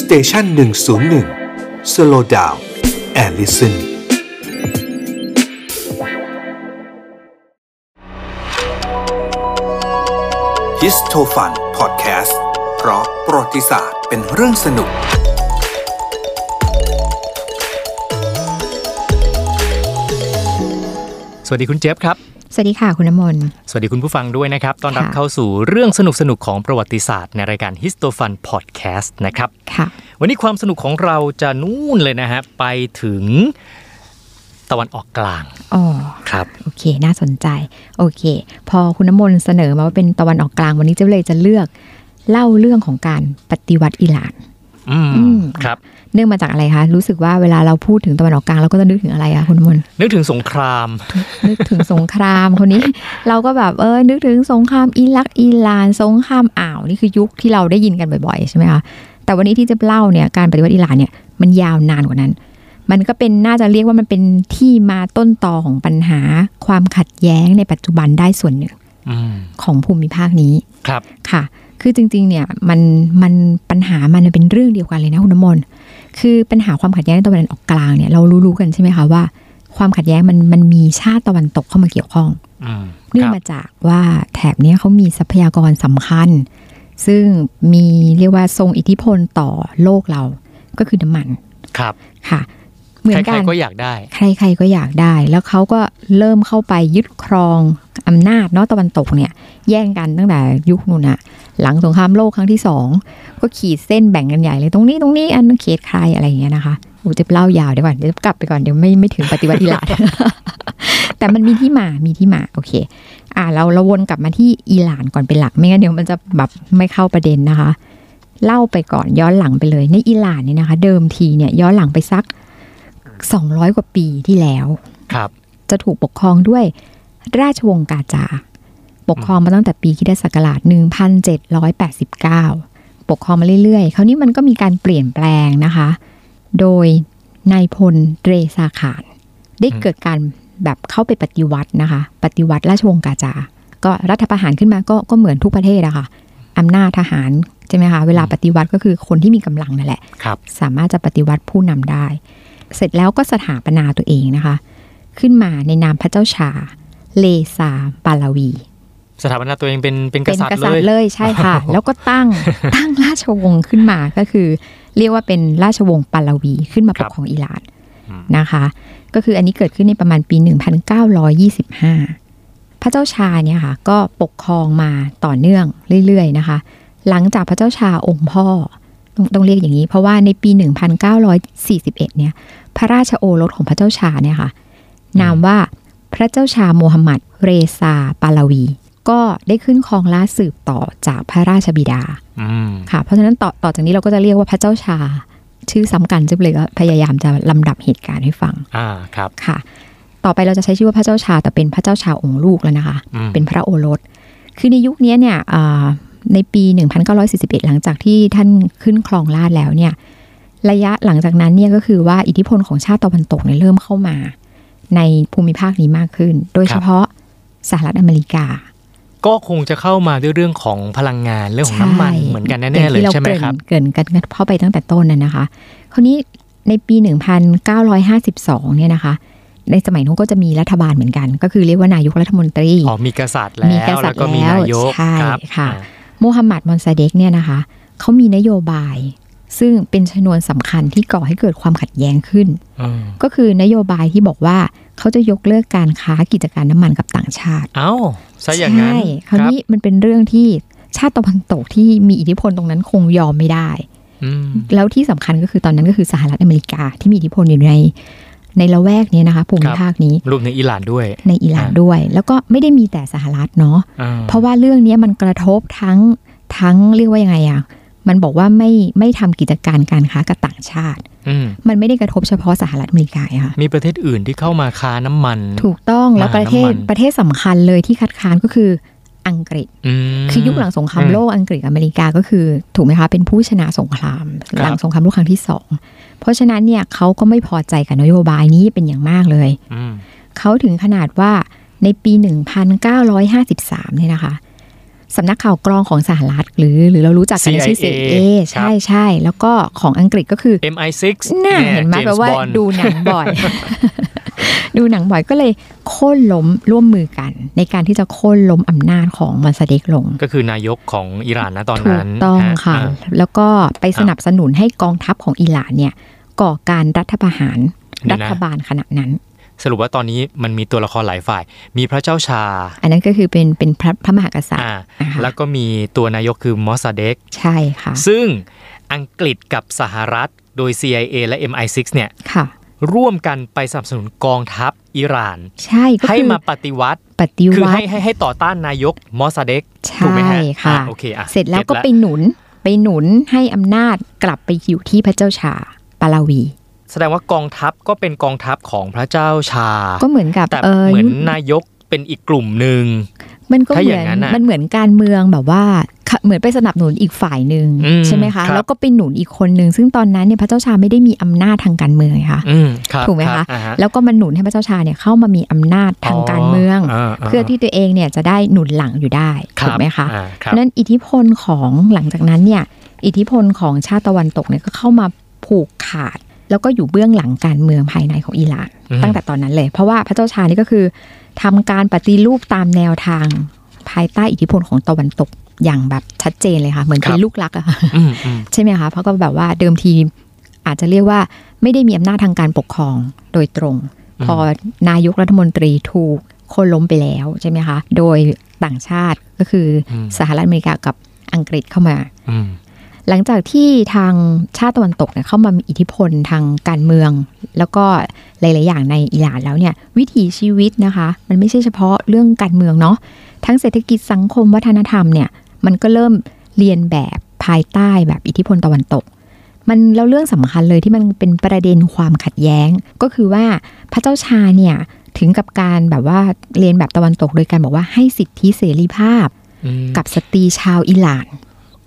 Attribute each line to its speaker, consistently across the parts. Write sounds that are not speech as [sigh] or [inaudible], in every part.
Speaker 1: สเตชันหนึ่งศูนย์หนึ่งสโลดาวแอลลิสัน ฮิสโทฟันพอดแคสต์เพราะประวัติศาสตร์เป็นเรื่องสนุก
Speaker 2: สวัสดีคุณเจฟครับ
Speaker 3: สวัสดีค่ะคุณน้ำมนต์
Speaker 2: สวัสดีคุณผู้ฟังด้วยนะครับ ตอนรับ
Speaker 3: ค่ะ
Speaker 2: เข้าสู่เรื่องสนุกสนุกๆของประวัติศาสตร์ในรายการ h i s t o f u n Podcast นะครับ
Speaker 3: ค่ะ
Speaker 2: วันนี้ความสนุกของเราจะนู่นเลยนะฮะ ไปถึงตะวันออกกลาง
Speaker 3: อ๋อ
Speaker 2: ครับ
Speaker 3: โอเค น่าสนใจ โอเค พอคุณน้ำมนต์เสนอมาว่าเป็นตะวันออกกลาง วันนี้เจ๊เลยจะเลือกเล่าเรื่องของการปฏิวัติอิหร่าน
Speaker 2: อืม
Speaker 3: อืม
Speaker 2: ครับ
Speaker 3: เนื่องมาจากอะไรคะ รู้สึกว่าเวลาเราพูดถึงตะวันออกกลางเราก็จะนึกถึงอะไรคะคุณน้ำมนต์
Speaker 2: นึกถึงสงคราม
Speaker 3: นึกถึงสงครามคนนี้ [laughs] เราก็แบบเออ นึกถึงสงครามอิรักอิหร่าน สงครามอ่าวนี่คือยุคที่เราได้ยินกันบ่อยๆใช่ไหมคะแต่วันนี้ที่จะเล่าเนี่ยการปฏิวัติอิหร่านเนี่ยมันยาวนานกว่านั้น มันก็เป็นน่าจะเรียกว่ามันเป็นที่มาต้นตอของปัญหา ความขัดแย้งในปัจจุบันได้ส่วนหนึ่ง
Speaker 2: อืม
Speaker 3: ของภูมิภาคนี้
Speaker 2: ครับ
Speaker 3: ค่ะ คือจริงๆเนี่ยมันมันปัญหามันเป็นเรื่องเดียวกันเลยนะคุณน้ำมนต์คือปัญหาความขัดแย้งในตะวันออกกลางเนี่ยเรารู้ๆกันใช่ไหมคะว่า ความขัดแย้งมันมันมีชาติตะวันตกเข้ามาเกี่ยวข้อง
Speaker 2: อืม
Speaker 3: เนื่อ
Speaker 2: ครั
Speaker 3: ง
Speaker 2: บ
Speaker 3: มาจากว่าแถบเนี้ยเขามีทรัพยากรสำคัญ ซึ่งมีเรียกว่าทรงอิทธิพลต่อโลกเราก็คือน้ำมัน
Speaker 2: ครับ
Speaker 3: ค่ะ เหมือน
Speaker 2: ใคร
Speaker 3: กัน
Speaker 2: ๆก็อยากได้
Speaker 3: ใครๆก็อยากได้ แล้วเขาก็เริ่มเข้าไปยึดครองอำนาจเนาะตะวันตกเนี่ย แย่งกันตั้งแต่ยุคนู่นอะหลังสงครามโลกครั้งที่สองก็ขีดเส้นแบ่งกันใหญ่เลยตรงนี้ตรงนี้อันนั้นเขตใครอะไรอย่างเงี้ยนะคะโอ้จะเล่ายาวเดี๋ยวก่อนเดี๋ยวกลับไปก่อนเดี๋ยวไม่ไม่ถึงปฏิวัติอิหร่าน [laughs] แต่มันมีที่มา มีที่มา โอเค อ่า เราเราวนกลับมาที่อิหร่านก่อนเป็นหลัก ไม่งั้นเดี๋ยวมันจะแบบไม่เข้าประเด็นนะคะ เล่าไปก่อนย้อนหลังไปเลย ในอิหร่านเนี่ยนะคะ เดิมทีเนี่ยย้อนหลังไปสัก 200 กว่าปีที่แล้ว
Speaker 2: ครับ
Speaker 3: จะถูกปกครองด้วยราชวงศ์กาจา ปกครองมาตั้งแต่ปีคริดศักราช 1789 ปกครองมาเรื่อยๆ คราวนี้มันก็มีการเปลี่ยนแปลงนะคะ โดยนายพลเตรซาขาน ได้
Speaker 2: อืม
Speaker 3: เกิดการแบบเข้าไปปฏิวัตินะคะ ปฏิวัติราชวงศ์กาจา ก็รัฐประหารขึ้นมาก็ก็เหมือนทุกประเทศอะคะ่ะอำนาจทหารใช่ไหมคะเวลาปฏิวัติก็คือคนที่มีกำลังนั่นแหละ
Speaker 2: ครับ
Speaker 3: สามารถจะปฏิวัติผู้นำได้ เสร็จแล้วก็สถาปนาตัวเองนะคะ ขึ้นมาในนามพระเจ้าชา เลซาปาลาวี
Speaker 2: สถาปนาตัวเองเป็นเป็นก
Speaker 3: เป็น
Speaker 2: ษัตริ
Speaker 3: ก
Speaker 2: ย์
Speaker 3: ษัตริย์
Speaker 2: เลย
Speaker 3: เลยใช่ค่ะ
Speaker 2: โอ้โห
Speaker 3: แล้วก็ตั้
Speaker 2: [laughs]
Speaker 3: ง ตั้งราชวงศ์ขึ้นมาก็คือ เรียกว่าเป็นราชวงศ์ปาลาวีขึ้นมาปกครองอิหร่านนะคะ ก็คืออันนี้เกิดขึ้นในประมาณปี 1925 พระเจ้าชาเนี่ยค่ะ ก็ปกครองมาต่อเนื่องเรื่อยๆนะคะ หลังจากพระเจ้าชาองค์พ่อต้องต้องเรียกอย่างนี้ เพราะว่าในปี 1941 เนี่ย พระราชโอรสของพระเจ้าชาเนี่ยค่ะ นามว่าพระเจ้าชาโมฮัมหมัดเรซาปาลาวี ก็ได้ขึ้นครองราชย์สืบต่อจากพระราชบิดา
Speaker 2: อืม
Speaker 3: ค่ะ เพราะฉะนั้นต่อต่อจากนี้เราก็จะเรียกว่าพระเจ้าชา ชื่อซ้ำกันจุ๊บเลยก็พยายามจะลำดับเหตุการณ์ให้ฟัง
Speaker 2: อ่าครับ
Speaker 3: ค่ะ ต่อไปเราจะใช้ชื่อว่าพระเจ้าชาแต่เป็นพระเจ้าชาองค์ลูกแล้วนะคะ
Speaker 2: อืม
Speaker 3: เป็นพระโอรส คือในยุคเนี้ยเนี่ยอ่าในปี 1941 หลังจากที่ท่านขึ้นครองราชย์แล้วเนี่ย ระยะหลังจากนั้นเนี่ยก็คือว่าอิทธิพลของชาติตะวันตกเนี่ยเริ่มเข้ามา ในภูมิภาคนี้มากขึ้น โดยเฉพาะสหรัฐอเมริกา
Speaker 2: ก็คงจะเข้ามาด้วยเรื่องของพลังงานเรื่องของน้ำมัน
Speaker 3: ใช่
Speaker 2: เหมือนกันแน่ๆเลย
Speaker 3: อางที่รา
Speaker 2: ใช่ไหมครับ
Speaker 3: เกรินเกรินกันเข้าไปตั้งแต่ต้นน่ะนะคะ คราวนี้ในปี 1952 เนี่ยนะคะ ในสมัยนู้นก็จะมีรัฐบาลเหมือนกัน ก็คือเรียกว่านายกรัฐมนตรี
Speaker 2: อ๋อมีกษัตริย์แล้ว
Speaker 3: มีกษัตริย์
Speaker 2: แล้วก็มีนายก
Speaker 3: แล้วใช่
Speaker 2: รับ
Speaker 3: ค่ะ
Speaker 2: อ่า
Speaker 3: โมฮัมหมัดมอนซาเดกเนี่ยนะคะ เขามีนโยบาย ซึ่งเป็นชนวนสำคัญที่ก่อให้เกิดความขัดแย้งขึ้น
Speaker 2: อืม
Speaker 3: ก็คือนโยบายที่บอกว่าเขาจะยกเลิกการค้ากิจการน้ำมันกับต่างชาติ
Speaker 2: เอ้าซะอย่างนั้น
Speaker 3: ใช่คราวนี้มันเป็นเรื่องที่ชาติตะวันตกที่มีอิทธิพลตรงนั้นคงยอมไม่ได้
Speaker 2: อืม
Speaker 3: แล้วที่สำคัญก็คือตอนนั้นก็คือสหรัฐอเมริกาที่มีอิทธิพลอยู่ใน ในละแวกเนี้ยนะคะภูมิภาคนี้
Speaker 2: รวมถึงอิหร่านด้วย
Speaker 3: ในอิหร่านด้วย แล้วก็ไม่ได้มีแต่สหรัฐเนาะ
Speaker 2: อ่
Speaker 3: เพราะว่าเรื่องเนี้ยมันกระทบทั้งทั้งเรียกว่ายังไงอะมันบอกว่าไม่ไม่ทำกิจการการค้ากับต่างชาติ
Speaker 2: อืม
Speaker 3: มันไม่ได้กระทบเฉพาะสหรัฐอเมริกาอะค่ะ
Speaker 2: มีประเทศอื่นที่เข้ามาค้าน้ำมัน
Speaker 3: ถูกต้องแล้ว
Speaker 2: อ่า
Speaker 3: ประเทศ
Speaker 2: น้ำมัน
Speaker 3: ประเทศสำคัญเลยที่คัดค้านก็คืออังกฤษ
Speaker 2: อืม
Speaker 3: คือยุคหลังสงครามโลกอังกฤษกับอเมริกาก็คือถูกไหมคะเป็นผู้ชนะสงคราม
Speaker 2: ครับ
Speaker 3: หลังสงครามโลกครั้งที่สองเพราะฉะนั้นเนี่ยเขาก็ไม่พอใจกับนโยบายนี้เป็นอย่างมากเลย
Speaker 2: อืม
Speaker 3: เขาถึงขนาดว่าในปี 1953เนี่ยนะคะ สำนักข่าวกรองของสหรัฐหรือหรือเรารู้จักกันในชื่อ
Speaker 2: CIA
Speaker 3: CIA
Speaker 2: ครั
Speaker 3: ใช่
Speaker 2: บ
Speaker 3: ใช่ แล้วก็ของอังกฤษก็คือ
Speaker 2: MI6
Speaker 3: น่า
Speaker 2: เย
Speaker 3: เห็นไหม
Speaker 2: James
Speaker 3: แปลว่า
Speaker 2: Bond
Speaker 3: ดูหนังบ่อย [laughs] ดูหนังบ่อยก็เลยโค่นล้มร่วมมือกัน ในการที่จะโค่นล้มอำนาจของมอนซาเดกลง
Speaker 2: ก็คือนายกของอิหร่านนะตอน
Speaker 3: ถู
Speaker 2: นั้
Speaker 3: ก
Speaker 2: น
Speaker 3: ต้อง
Speaker 2: ฮ
Speaker 3: ค่ะ
Speaker 2: อ่า
Speaker 3: แล้วก็ไป
Speaker 2: ครับ
Speaker 3: สนับสนุนให้กองทัพของอิหร่านเนี่ยก่อการรัฐประหาร
Speaker 2: เดี๋
Speaker 3: รั
Speaker 2: ยวนะ
Speaker 3: ฐบาลขณะนั้น
Speaker 2: สรุปว่าตอนนี้มันมีตัวละครหลายฝ่าย มีพระเจ้าชา
Speaker 3: อันนั้นก็คือเป็นเป็นพระพระมหากษัตริย์
Speaker 2: อ่า
Speaker 3: นะคะ
Speaker 2: แล้วก็มีตัวนายกคือมอสซาเดก
Speaker 3: ใช่ค่ะ
Speaker 2: ซึ่งอังกฤษกับสหรัฐโดย CIA และ MI6 เนี่ย
Speaker 3: ค่ะ
Speaker 2: ร่วมกันไปสนับสนุนกองทัพอิหร่าน
Speaker 3: ใช่ก็
Speaker 2: ให้
Speaker 3: คือ
Speaker 2: มาปฏิวัติ
Speaker 3: ปฏิ
Speaker 2: คือ
Speaker 3: วั
Speaker 2: ให้
Speaker 3: ติ
Speaker 2: ให้ให้ต่อต้านนายกมอสซาเดก
Speaker 3: ใช
Speaker 2: ถูกไหม่ ฮะ
Speaker 3: ค่ะ
Speaker 2: อ่โอเคอ่ะ
Speaker 3: เสร็จแล้วก็
Speaker 2: ก็
Speaker 3: ไปหนุนไปหนุนให้อำนาจกลับไปอยู่ที่พระเจ้าชาปาลาวี
Speaker 2: แสดงว่ากองทัพก็เป็นกองทัพของพระเจ้าชา
Speaker 3: ก็เหมือนกับ
Speaker 2: แต่
Speaker 3: เออ
Speaker 2: เหมือน
Speaker 3: ยุคน
Speaker 2: ายกเป็นอีกกลุ่มหนึ่ง
Speaker 3: มันก็
Speaker 2: ถ้า
Speaker 3: เห
Speaker 2: อ
Speaker 3: มื
Speaker 2: ย่าง
Speaker 3: อน
Speaker 2: นั้นน่ะ
Speaker 3: มันเหมือนการเมืองแบบว่าค่ะเหมือนไปสนับสนุนอีกฝ่ายหนึ่ง
Speaker 2: อืม
Speaker 3: ใช่ไหม
Speaker 2: ครั
Speaker 3: คะ
Speaker 2: บ
Speaker 3: แล้วก็ไปหนุนอีกคนหนึ่งซึ่งตอนนั้นเนี่ยพระเจ้าชาไม่ได้มีอำนาจทางการเมืองไงค่ะ
Speaker 2: อืมรับ
Speaker 3: ถูกไหม
Speaker 2: รั
Speaker 3: คะ
Speaker 2: บอ่าฮ
Speaker 3: แล้วก็มาหนุนให้พระเจ้าชาเนี่ยเข้ามามีอำนาจทางการเมือง เพื่อที่ตัวเองเนี่ยจะได้หนุนหลังอยู่ได้
Speaker 2: รับ
Speaker 3: ถูกไหมคะ
Speaker 2: อ่า
Speaker 3: เพ
Speaker 2: รับ
Speaker 3: ราะฉะนั้นอิทธิพลของหลังจากนั้นเนี่ยอิทธิพลของชาติตะวันตกเนี่ยก็เข้ามาผูกขาด แล้วก็อยู่เบื้องหลังการเมืองภายในของอิหร่าน
Speaker 2: อืม
Speaker 3: ตั้งแต่ตอนนั้นเลย เพราะว่าพระเจ้าชานี่ก็คือทำการปฏิรูปตามแนวทาง ภายใต้อิทธิพลของตะวันตกอย่างแบบชัดเจนเลยค่ะ เหมือนเป็
Speaker 2: คน รับ
Speaker 3: ลูกรักอะค่ะ
Speaker 2: อืมอืม
Speaker 3: ใช่ไหมคะเพราะก็แบบว่าเดิมทีอาจจะเรียกว่าไม่ได้มีอำนาจทางการปกครองโดยตรง
Speaker 2: อืม
Speaker 3: พอนายกรัฐมนตรีถูกโค่นล้มไปแล้วใช่ไหมคะโดยต่างชาติก็คืออ
Speaker 2: อืม
Speaker 3: สหรัฐอเมริกากับอังกฤษเข้ามา
Speaker 2: อืม
Speaker 3: หลังจากที่ทางชาติตะวันตกเนี่ยเข้ามามีอิทธิพลทางการเมือง แล้วก็หลาย ๆ อย่างในอิหร่านแล้วเนี่ยวิถีชีวิตนะคะ มันไม่ใช่เฉพาะเรื่องการเมืองเนาะทั้งเศรษฐกิจสังคมวัฒนธรรมเนี่ยมันก็เริ่มเรียนแบบภายใต้แบบอิทธิพลตะวันตก มันแล้วเรื่องสำคัญเลยที่มันเป็นประเด็นความขัดแย้ง ก็คือว่าพระเจ้าชาเนี่ยถึงกับการแบบว่าเรียนแบบตะวันตกโดยการบอกว่าให้สิทธิเสรีภาพ
Speaker 2: อืม
Speaker 3: กับสตรีชาวอิหร่าน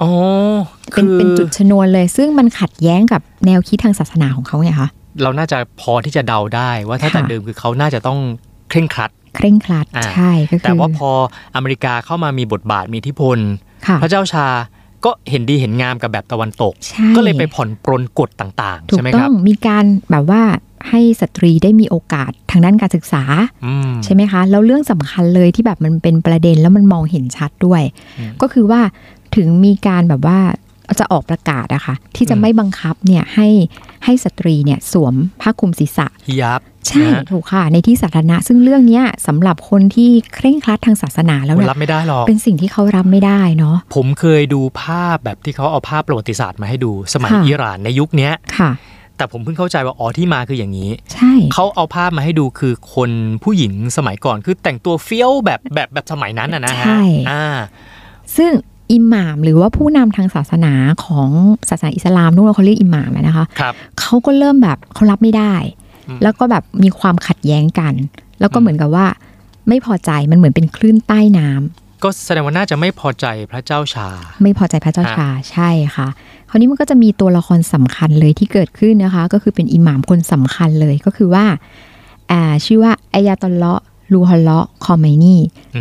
Speaker 2: อ๋อ
Speaker 3: เป็
Speaker 2: คื
Speaker 3: น
Speaker 2: อ
Speaker 3: เป็นจุดชนวนเลย ซึ่งมันขัดแย้งกับแนวคิดทางศาสนาของเขาไงคะ
Speaker 2: เราน่าจะพอที่จะเดาได้ว่าถ้า
Speaker 3: ค่ะ
Speaker 2: แต่เดิมคือเขาน่าจะต้องเคร่งครัด
Speaker 3: เคร่งครัด
Speaker 2: อ่า
Speaker 3: ใช่ก็คือ
Speaker 2: แต่ว่าพออเมริกาเข้ามามีบทบาทมีอิทธิพล
Speaker 3: ค่ะ
Speaker 2: พระเจ้าชาก็เห็นดีเห็นงามกับแบบตะวันตก
Speaker 3: ใช่
Speaker 2: ก็เลยไปผ่อนปรนกฎต่างๆ
Speaker 3: ถู
Speaker 2: ใช่
Speaker 3: ก
Speaker 2: ไหม
Speaker 3: ต้
Speaker 2: ค
Speaker 3: อ
Speaker 2: รั
Speaker 3: ง
Speaker 2: บ
Speaker 3: มีการแบบว่าให้สตรีได้มีโอกาสทางด้านการศึกษา
Speaker 2: อืม
Speaker 3: ใช่ไหมคะแล้วเรื่องสำคัญเลยที่แบบมันเป็นประเด็นแล้วมันมองเห็นชัดด้วย
Speaker 2: อืม
Speaker 3: ก็คือว่าถึงมีการแบบว่าจะออกประกาศอะค่ะที่จะ
Speaker 2: อืม
Speaker 3: ไม่บังคับเนี่ยให้ให้สตรีเนี่ยสวมผ้าคลุมศีรษะ
Speaker 2: ฮิยับ
Speaker 3: ใช่
Speaker 2: นะฮะ
Speaker 3: ถูกค่ะในที่สาธารณะซึ่งเรื่องเนี้ยสำหรับคนที่เคร่งครัดทางศาสนาแล้ว
Speaker 2: มัน
Speaker 3: เนี่ย
Speaker 2: รับไม่ได้หรอก
Speaker 3: เป็นสิ่งที่เขารับไม่ได้เนาะ
Speaker 2: ผมเคยดูภาพแบบที่เขาเอาภาพประวัติศาสตร์มาให้ดูสมัย
Speaker 3: ค่ะ
Speaker 2: อิหร่านในยุคเนี้ย
Speaker 3: ค่ะ
Speaker 2: แต่ผมเพิ่งเข้าใจว่าอ๋อที่มาคืออย่างนี้
Speaker 3: ใช่
Speaker 2: เขาเอาภาพมาให้ดูคือคนผู้หญิงสมัยก่อนคือแต่งตัวเฟี้ยวแบบแบบแบบสมัยนั้นอะนะฮะอ่า
Speaker 3: ซึ่งอิหม่ามหรือว่าผู้นำทางศาสนาของศาสนาอิสลามนู่นเขาเรียกอิหม่ามอะนะคะ
Speaker 2: ครับ
Speaker 3: เขาก็เริ่มแบบเขารับไม่ได้
Speaker 2: อืม
Speaker 3: แล้วก็แบบมีความขัดแย้งกัน แล้วก็
Speaker 2: อืม
Speaker 3: เหมือนกับว่า ไม่พอใจมันเหมือนเป็นคลื่นใต้น้ำ
Speaker 2: ก็แสดงว่าน่าจะไม่พอใจพระเจ้าชา
Speaker 3: ไม่พอใจพระเจ้าชาใช่ค่ะ คราวนี้มันก็จะมีตัวละครสำคัญเลยที่เกิดขึ้นนะคะ ก็คือเป็นอิหม่ามคนสำคัญเลยก็คือว่าอ่าชื่อว่าอายาตอลเลาะห์ลูฮัลเลาะห์คอมเมนี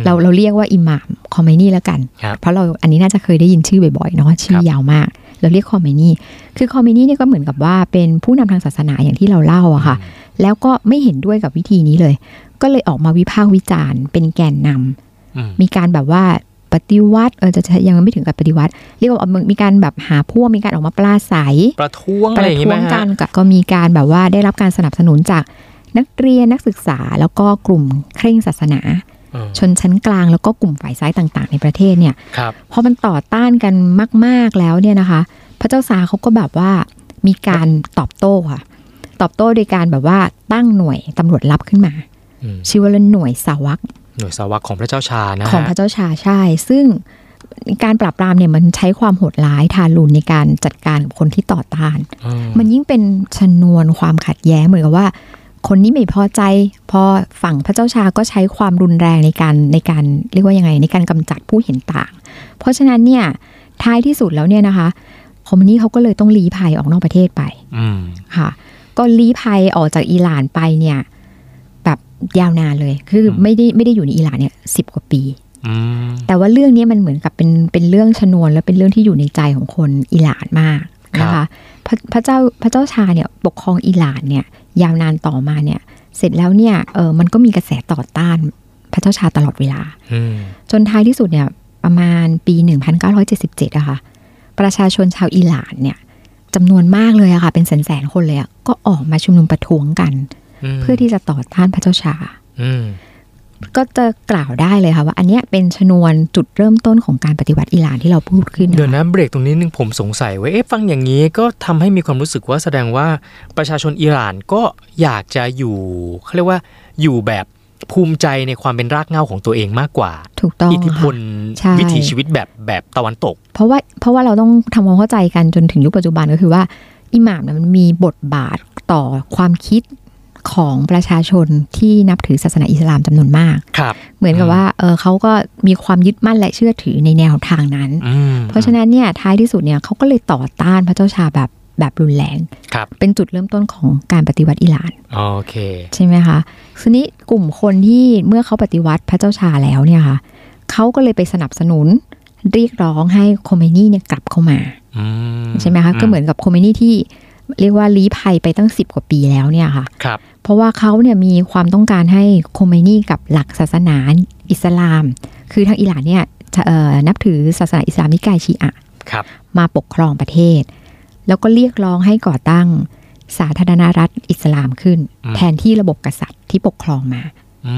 Speaker 3: เราเราเรียกว่าอิหม่ามคอมเมนี่แล้วกัน
Speaker 2: ครับ
Speaker 3: เพราะเราอันนี้น่าจะเคยได้ยินชื่อบ่อยๆเนาะชื่
Speaker 2: ครับ
Speaker 3: อยาวมาก เราเรียกคอมเมนี่คือคอมเมนี่เนี่ยก็เหมือนกับว่าเป็นผู้นำทางศาสนาอย่างที่เราเล่าอะค่ะ แล้วก็ไม่เห็นด้วยกับวิธีนี้เลย ก็เลยออกมาวิพากษ์วิจารณ์เป็นแกนนำ
Speaker 2: อืม
Speaker 3: มีการแบบว่าปฏิวัติเออจะจะยังไม่ถึงกับปฏิวัติ เรียกว่าเอามีการแบบหาพวกมีการออกมาปลาใส
Speaker 2: ประท้วง
Speaker 3: ป
Speaker 2: อะไร
Speaker 3: ระ
Speaker 2: อย่างงี้
Speaker 3: ท้ว
Speaker 2: ไหม
Speaker 3: งกั
Speaker 2: ฮะ
Speaker 3: นก็ก็มีการแบบว่าได้รับการสนับสนุนจากนักเรียนนักศึกษาแล้วก็กลุ่มเคร่งศาสนา
Speaker 2: อืม
Speaker 3: ชนชั้นกลางแล้วก็กลุ่มฝ่ายซ้ายต่าง ๆ ในประเทศเนี่ย
Speaker 2: ครับ
Speaker 3: พอมันต่อต้านกันมาก ๆแล้วเนี่ยนะคะ พระเจ้าซาร์เขาก็แบบว่ามีการตอบโต้ค่ะ ตอบโต้โดยการแบบว่าตั้งหน่วยตำรวจลับขึ้นมา
Speaker 2: อืม
Speaker 3: ชื่อว่าหน่วยสาวัก
Speaker 2: หน่วยสาวกของพระเจ้าชานะฮะ
Speaker 3: ของพระเจ้าชาใช่ซึ่งการปราบปรามเนี่ยมันใช้ความโหดร้ายทารุณในการจัดการกับคนที่ต่อต้าน
Speaker 2: อืม
Speaker 3: มันยิ่งเป็นชนวนความขัดแย้งเหมือนกับว่า คนนี้ไม่พอใจ พอฝั่งพระเจ้าชาก็ใช้ความรุนแรงในการในการเรียกว่ายังไงในการกำจัดผู้เห็นต่าง เพราะฉะนั้นเนี่ยท้ายที่สุดแล้วเนี่ยนะคะคอมมิวนิสต์เขาก็เลยต้องลี้ภัยออกนอกประเทศไป
Speaker 2: อืม
Speaker 3: ค่ะ ก็ลี้ภัยออกจากอิหร่านไปเนี่ยแบบยาวนานเลยคืออ
Speaker 2: ม
Speaker 3: ไม่ได้ไม่ได้อยู่ในอิหร่านเนี่ยสิบกว่าปี
Speaker 2: อืม
Speaker 3: แต่ว่าเรื่องนี้มันเหมือนกับเป็นเป็นเรื่องชนวนและเป็นเรื่องที่อยู่ในใจของคนอิหร่านมากนะคะพระพระเจ้าพระเจ้าชาเนี่ยปกครองอิหร่านเนี่ยยาวนานต่อมาเนี่ยเสร็จแล้วเนี่ยเออมันก็มีกระแสต่อต้านพระเจ้าชาตลอดเวลา
Speaker 2: อืม
Speaker 3: จนท้ายที่สุดเนี่ยประมาณปี 1977อะค่ะประชาชนชาวอิหร่านเนี่ยจำนวนมากเลยอะค่ะเป็นแสนๆคนเลยอะก็ออกมาชุมนุมประท้วงกัน
Speaker 2: ม
Speaker 3: เพื่อที่จะต่อต้านพระเจ้าชา
Speaker 2: อืม
Speaker 3: ก็จะกล่าวได้เลยค่ะว่าอันเนี้ยเป็นชนวนจุดเริ่มต้นของการปฏิวัติอิหร่านที่เราพูดขึ้น
Speaker 2: เดี๋ยว
Speaker 3: นะคะ
Speaker 2: นะเบรกตรงนี้นึงผมสงสัยไว้เอ๊ะฟังอย่างนี้ก็ทำให้มีความรู้สึกว่าแสดงว่าประชาชนอิหร่านก็อยากจะอยู่เขาเรียกว่าอยู่แบบภูมิใจในความเป็นรากเหง้าของตัวเองมากกว่า
Speaker 3: ถูกต้อง
Speaker 2: อิทธิพ
Speaker 3: ค่ะ
Speaker 2: ล
Speaker 3: ใช่
Speaker 2: วิถีชีวิตแบบแบบตะวันตก
Speaker 3: เพราะว่าเพราะว่าเราต้องทำความเข้าใจกันจนถึงยุคปัจจุบันก็คือว่าอิหม่ามเนี่ยมันมีบทบาทต่อความคิดของประชาชนที่นับถือศาสนาอิสลามจำนวนมาก
Speaker 2: ครับ
Speaker 3: เหมือนกับ
Speaker 2: อืม
Speaker 3: ว่าเออเขาก็มีความยึดมั่นและเชื่อถือในแนวทางนั้น
Speaker 2: อืม
Speaker 3: เพราะฉะนั้นเนี่ยท้ายที่สุดเนี่ยเขาก็เลยต่อต้านพระเจ้าชาแบบแบบรุนแรง
Speaker 2: ครับ
Speaker 3: เป็นจุดเริ่มต้นของการปฏิวัติอิหร่าน
Speaker 2: โอเค
Speaker 3: ใช่ไหมคะทีนี้กลุ่มคนที่เมื่อเขาปฏิวัติพระเจ้าชาแล้วเนี่ยค่ะเขาก็เลยไปสนับสนุนเรียกร้องให้โคเมนี่เนี่ยกลับเข้ามา
Speaker 2: อืม
Speaker 3: ใช่ไหมคะก็เหมือนกับโคเมนี่ที่เรียกว่าลี้ภัยไปตั้ง 10 กว่าปีแล้วเนี่ยค่ะ
Speaker 2: ครับ
Speaker 3: เพราะว่าเขาเนี่ยมีความต้องการให้โคเมนี่กับหลักศาสนาอิสลาม คือทางอิหร่านเนี่ยจะเอ่อนับถือศาสนาอิสลามนิกายชีอะ
Speaker 2: ครับ
Speaker 3: มาปกครองประเทศ แล้วก็เรียกร้องให้ก่อตั้งสาธารณรัฐอิสลามขึ้น
Speaker 2: อืม
Speaker 3: แทนที่ระบบกษัตริย์ที่ปกครองมา
Speaker 2: อื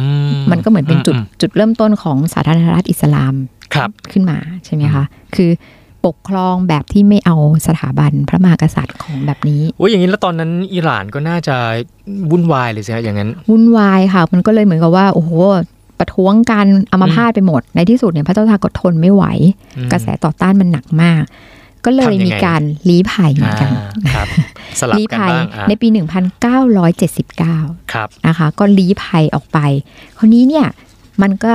Speaker 3: มันก็เหมือนเป็นจุด
Speaker 2: ม
Speaker 3: จุดเริ่มต้นของสาธารณรัฐอิสลาม
Speaker 2: ครับ
Speaker 3: ขึ้นมาใช่ไหมคะ คือปกครองแบบที่ไม่เอาสถาบันพระมหากษัตริย์ของแบบนี้
Speaker 2: โอ้ยอย่างนี้แล้วตอนนั้นอิหร่านก็น่าจะวุ่นวายเลยสิฮะอย่างนั้น
Speaker 3: วุ่นวายค่ะ มันก็เลยเหมือนกับว่า โอ้โห ประท้วงกันอามาพาดไปหมด ในที่สุดเนี่ยพระเจ้าทากดทนไม่ไหว
Speaker 2: อืม
Speaker 3: กระแสต่อต้านมันหนักมาก ก็เล
Speaker 2: ทำ
Speaker 3: ย
Speaker 2: ยังไง
Speaker 3: มีการลี้ภัยเหมือน
Speaker 2: อ่า
Speaker 3: กัน
Speaker 2: ครับ สลับ
Speaker 3: ลี้
Speaker 2: กัน
Speaker 3: ภัย
Speaker 2: บ้างอ่ะ
Speaker 3: ในปี 1979
Speaker 2: ครับ
Speaker 3: นะคะก็ลี้ภัยออกไป คราวนี้เนี่ยมันก็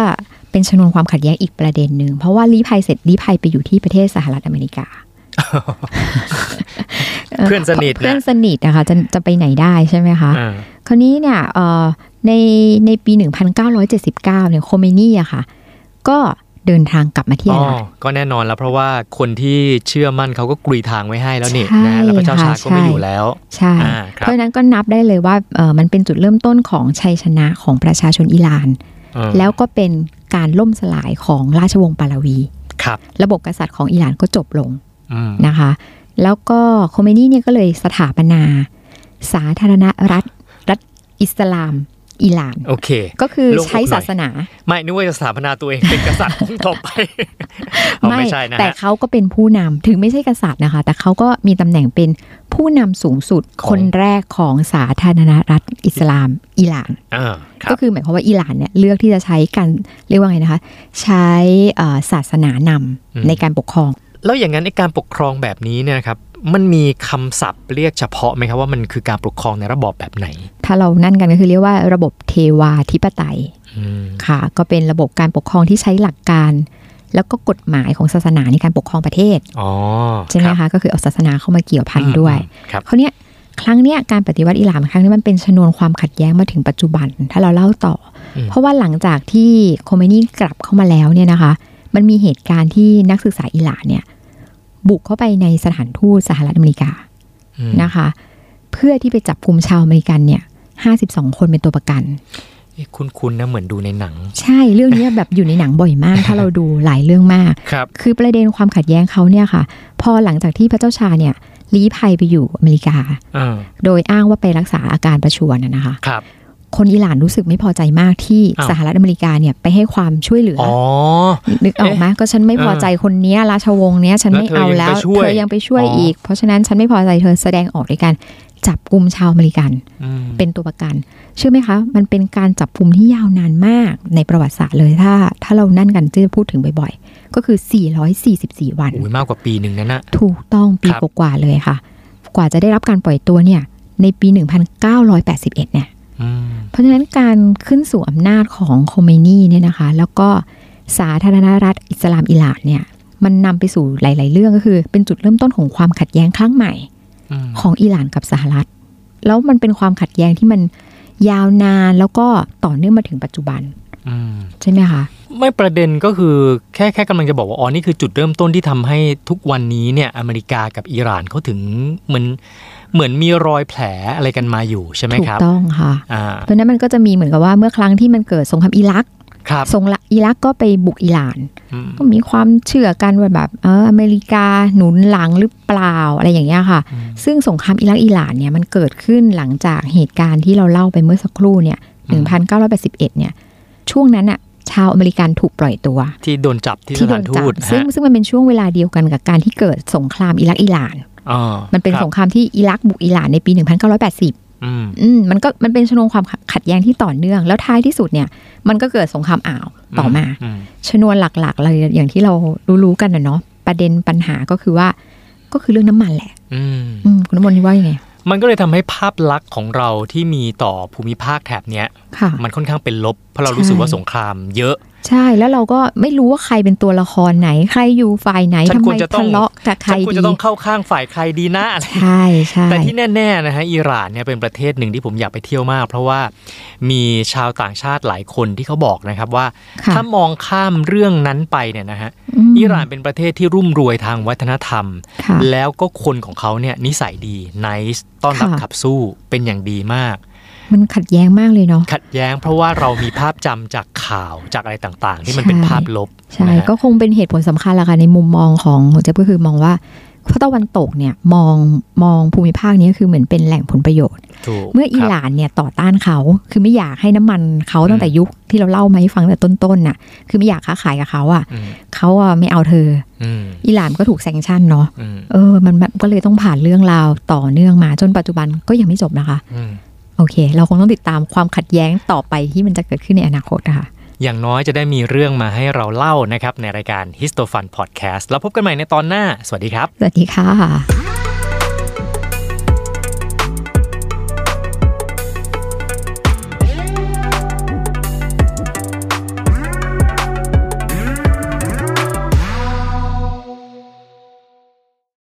Speaker 3: เป็นชนวนความขัดแย้งอีกประเด็นหนึ่ง เพราะว่าลี้ภัยเสร็จลี้ภัยไปอยู่ที่ประเทศสหรัฐอเมริกา
Speaker 2: เพื่อนสนิทนะ
Speaker 3: เพื่อนสนิทนะคะจะจะไปไหนได้ใช่ไหมคะ
Speaker 2: อ่า
Speaker 3: คราวนี้เนี่ยเอ่อในในปี 1979เนี่ยโคเมนี่อะค่ะ ก็เดินทางกลับมาที่
Speaker 2: อ๋
Speaker 3: อิ
Speaker 2: อ
Speaker 3: หร่าน
Speaker 2: ก็แน่นอนแล้วเพราะว่าคนที่เชื่อมั่นเขาก็กรีทางไว้ให้แล้วนี่
Speaker 3: ใช่
Speaker 2: นะแล้วพระเจ้าชา
Speaker 3: ค่ะ
Speaker 2: ก็ไม่
Speaker 3: ใช่
Speaker 2: อยู่แล้ว
Speaker 3: ใช่
Speaker 2: อ่าค
Speaker 3: เพ
Speaker 2: รับ
Speaker 3: ราะฉะนั้นก็นับได้เลยว่าเอ่อมันเป็นจุดเริ่มต้นของชัยชนะของประชาชนอิหร่าน
Speaker 2: อืม
Speaker 3: แล้วก็เป็นการล่มสลายของราชวงศ์ปาลาวี
Speaker 2: ครับ
Speaker 3: ระบบกษัตริย์ของอิหร่านก็จบลง
Speaker 2: อืม
Speaker 3: นะคะ แล้วก็โคเมนี่เนี่ยก็เลยสถาปนา สาธารณรัฐรัฐอิสลามอิหร่าน
Speaker 2: โอเค
Speaker 3: ก็คือ
Speaker 2: โลกอกหน่อย
Speaker 3: ใช้ศาสนา
Speaker 2: ไม่นึกว่าจะสถาปนาตัวเองเป็นกษัตริย์ต่อไปอ๋อไม่ใช่นะ
Speaker 3: แต่
Speaker 2: ฮะ
Speaker 3: เขาก็เป็นผู้นำถึงไม่ใช่กษัตริย์นะคะ แต่เขาก็มีตำแหน่งเป็นผู้นำสูงสุด
Speaker 2: ของ
Speaker 3: คนแรกของสาธารณรัฐอิสลามอิหร่าน
Speaker 2: อ่าครับ
Speaker 3: ก็คือหมายความว่าอิหร่านเนี่ยเลือกที่จะใช้การเรียกว่าไงนะคะ ใช้เอ่อศาสนานำ
Speaker 2: อืม
Speaker 3: ในการปกครอง
Speaker 2: แล้วอย่างนั้นไอ้การปกครองแบบนี้เนี่ยนะครับ มันมีคำศัพท์เรียกเฉพาะไหมครับว่ามันคือการปกครองในระบอบแบบไหน
Speaker 3: ถ้าเรานั่นกันก็คือเรียกว่าระบบเทวาธิปไตย
Speaker 2: อืม
Speaker 3: ค่ะ ก็เป็นระบบการปกครองที่ใช้หลักการ แล้วก็กฎหมายของศาสนาในการปกครองประเทศ
Speaker 2: อ๋อ
Speaker 3: ใช่ไหม
Speaker 2: รับ
Speaker 3: คะก็คือเอาศาสนาเข้ามาเกี่ยวพันด้วย
Speaker 2: อืมครับ
Speaker 3: คราวเนี้ยครั้งเนี้ยการปฏิวัติอิหร่านครั้งนี้มันเป็นชนวนความขัดแย้งมาถึงปัจจุบัน ถ้าเราเล่าต่ออ
Speaker 2: ม
Speaker 3: เพราะว่าหลังจากที่โคเมนีกลับเข้ามาแล้วเนี่ยนะคะ มันมีเหตุการณ์ที่นักศึกษาอิหร่านเนี่ยบุกเข้าไปในสถานทูตสหรัฐอเมริกา
Speaker 2: อืม
Speaker 3: นะคะ เพื่อที่ไปจับกลุ่มชาวอเมริกันเนี่ย52 คนเป็นตัวประกัน
Speaker 2: เอ๊ะคุ้นๆนะเหมือนดูในหนัง
Speaker 3: ใช่เรื่องเนี้ยแบบอยู่ในหนังบ่อย
Speaker 2: [laughs]
Speaker 3: มาก ถ้าเราดูหลายเรื่องมาก
Speaker 2: ครับ
Speaker 3: คือประเด็นความขัดแย้งเขาเนี่ยค่ะ พอหลังจากที่พระเจ้าชาเนี่ยลี้ภัยไปอยู่อเมริกา
Speaker 2: อ่า
Speaker 3: โดยอ้างว่าไปรักษาอาการประชวรนะนะคะ
Speaker 2: ครับ
Speaker 3: คนอิหร่านรู้สึกไม่พอใจมากที่
Speaker 2: อ้าว
Speaker 3: สหรัฐอเมริกาเนี่ยไปให้ความช่วยเหลือ
Speaker 2: อ๋อ
Speaker 3: นึกออกไหมก็ฉันไม่พอใจคนเนี้ยราชวงศ์เนี้ยฉันไม่เอาแล้ว
Speaker 2: แล้วเธอยังไปช่วย
Speaker 3: เธอ
Speaker 2: อ๋
Speaker 3: ยังไปช่วย
Speaker 2: ออี
Speaker 3: อีก เพราะฉะนั้นฉันไม่พอใจเธอแสดงออกด้วยการจับกลุ่มชาวอเมริกัน
Speaker 2: อืม
Speaker 3: เป็นตัวประกันเชื่อไหมคะ มันเป็นการจับกลุ่มที่ยาวนานมากในประวัติศาสตร์เลยถ้า ถ้าเรานั่นกันจะพูดถึงบ่อยๆ ก็คือ 444 วัน
Speaker 2: โอ้ยมากกว่าปีหนึ่งนั่นนะ
Speaker 3: ถูกต้องปี
Speaker 2: ครับ
Speaker 3: กว่าๆเลยค่ะ กว่าจะได้รับการปล่อยตัวเนี่ยในปี 1981เนี่ย
Speaker 2: อืม
Speaker 3: เพราะฉะนั้นการขึ้นสู่อำนาจของโคเมนีเนี่ยนะคะ แล้วก็สาธารณรัฐอิสลามอิหร่านเนี่ย มันนำไปสู่หลาย ๆ เรื่องก็คือ เป็นจุดเริ่มต้นของความขัดแย้งครั้งใหม่
Speaker 2: อืม
Speaker 3: ของอิหร่านกับสหรัฐ แล้วมันเป็นความขัดแย้งที่มันยาวนานแล้วก็ต่อเนื่องมาถึงปัจจุบัน
Speaker 2: อืม
Speaker 3: ใช่ไหมคะ
Speaker 2: ไม่ประเด็นก็คือแค่แค่กำลังจะบอกว่าอ๋อนี่คือจุดเริ่มต้นที่ทำให้ทุกวันนี้เนี่ยอเมริกากับอิหร่านเขาถึงเหมือนเหมือนมีรอยแผลอะไรกันมาอยู่ใช่ไหม
Speaker 3: ถู
Speaker 2: ค
Speaker 3: ก
Speaker 2: รับ
Speaker 3: ต้องค่ะ
Speaker 2: อ่า
Speaker 3: เพราะฉะนั้นมันก็จะมีเหมือนกับว่าเมื่อครั้งที่มันเกิดสงครามอิรัก
Speaker 2: ครับ
Speaker 3: สงละอิรักก็ไปบุกอิหร่าน
Speaker 2: อืม
Speaker 3: ก็มีความเชื่อกันว่าแบบเอออเมริกาหนุนหลังหรือเปล่าอะไรอย่างเงี้ยค่ะ ซึ่งสงครามอิรักอิหร่านเนี่ยมันเกิดขึ้นหลังจากเหตุการณ์ที่เราเล่าไปเมื่อสักครู่เนี่ย1981เนี่ยช่วงนั้นอะชาวอเมริกันถูกปล่อยตัว
Speaker 2: ที่โดนจับที่ส
Speaker 3: ที่โด
Speaker 2: ถาน
Speaker 3: น
Speaker 2: ทู
Speaker 3: จั
Speaker 2: ตฮะ
Speaker 3: ซึ่งซึ่งมันเป็นช่วงเวลาเดียวกันกับการที่เกิดสงครามอิรักอิหร่าน
Speaker 2: อ่า
Speaker 3: มันเป็น
Speaker 2: ครับ
Speaker 3: สงครามที่อิรักบุกอิหร่านในปี 1980
Speaker 2: อืม
Speaker 3: อืมมันก็มันเป็นชนวนความขัดแย้งที่ต่อเนื่อง แล้วท้ายที่สุดเนี่ยมันก็เกิดสงครามอ่าวต่อมา
Speaker 2: ม
Speaker 3: ชนวนหลักๆเลยอย่างที่เรารู้ๆกันนะเนาะประเด็นปัญหาก็คือว่าก็คือเรื่องน้ำมันแหละ
Speaker 2: อืม
Speaker 3: อืมคุณน้ำมนต์นี่ว่ายังไง
Speaker 2: มันก็เลยทำให้ภาพลักษณ์ของเราที่มีต่อภูมิภาคแถบเนี้ย
Speaker 3: ค่ะ
Speaker 2: มันค่อนข้างเป็นลบ เพราะเรา
Speaker 3: ใช่
Speaker 2: รู้สึกว่าสงครามเยอะ
Speaker 3: ใช่แล้วเราก็ไม่รู้ว่าใครเป็นตัวละครไหน ใครอยู่ฝ่ายไหน
Speaker 2: ฉัน
Speaker 3: ทำ
Speaker 2: คว
Speaker 3: ไม
Speaker 2: รจะต้อง
Speaker 3: ทะเลาะกับใคร
Speaker 2: ฉันควร
Speaker 3: ดี
Speaker 2: จะต้องเข้าข้างฝ่ายใครดีนะอะไร
Speaker 3: ใช่ใช่
Speaker 2: แต่ที่แน่ๆนะฮะอิหร่านเนี่ยเป็นประเทศหนึ่งที่ผมอยากไปเที่ยวมาก เพราะว่ามีชาวต่างชาติหลายคนที่เขาบอกนะครับว่า
Speaker 3: ค่ะ
Speaker 2: ถ้ามองข้ามเรื่องนั้นไปเนี่ยนะฮะ
Speaker 3: ม
Speaker 2: อิหร่านเป็นประเทศที่รุ่มรวยทางวัฒนธรรม
Speaker 3: ค่ะ
Speaker 2: แล้วก็คนของเขาเนี่ยนิสัยดีน i c e ต้อนรับ
Speaker 3: ค่ะ
Speaker 2: ขับสู้เป็นอย่างดีมาก
Speaker 3: มันขัดแย้งมากเลยเนาะ
Speaker 2: ขัดแย้งเพราะว่าเรามีภาพจำจากข่าวจากอะไรต่างๆ ที่มันเป็น
Speaker 3: ใช่
Speaker 2: ภาพลบ
Speaker 3: ใช่
Speaker 2: นะฮะ
Speaker 3: ก็คงเป็นเหตุผลสำคัญละค่ะในมุมมองของหัวเจ๊ยบก็คือมองว่าพระตะวันตกเนี่ยมองมองภูมิภาคนี้ก็คือเหมือนเป็นแหล่งผลประโยชน์
Speaker 2: ถูก
Speaker 3: เมื่ออิ
Speaker 2: ค
Speaker 3: ห
Speaker 2: รับ
Speaker 3: ร่านเนี่ยต่อต้านเขา คือไม่อยากให้น้ำมันเขา
Speaker 2: อืม
Speaker 3: ตั้งแต่ยุคที่เราเล่ามาให้ฟังแต่ต้นๆน่ะ คือไม่อยากค้าขายกับเขาอ่ะ
Speaker 2: อืม
Speaker 3: เขาอ่ะไม่เอาเธอ
Speaker 2: อืม
Speaker 3: อิหร่านก็ถูกแซงชั่นเนาะ
Speaker 2: อืม
Speaker 3: เออ มันมันก็เลยต้องผ่านเรื่องราวต่อเนื่องมาจนปัจจุบันก็ยังไม่จบนะคะ
Speaker 2: อืม
Speaker 3: โอเค เราคงต้องติดตามความขัดแย้งต่อไปที่มันจะเกิดขึ้นในอนาคตนะคะ
Speaker 2: อย่างน้อยจะได้มีเรื่องมาให้เราเล่านะครับ ในรายการ Histofun Podcast แล้วพบกันใหม่ในตอนหน้า สวัสดีครับ
Speaker 3: สวัสดีค่ะ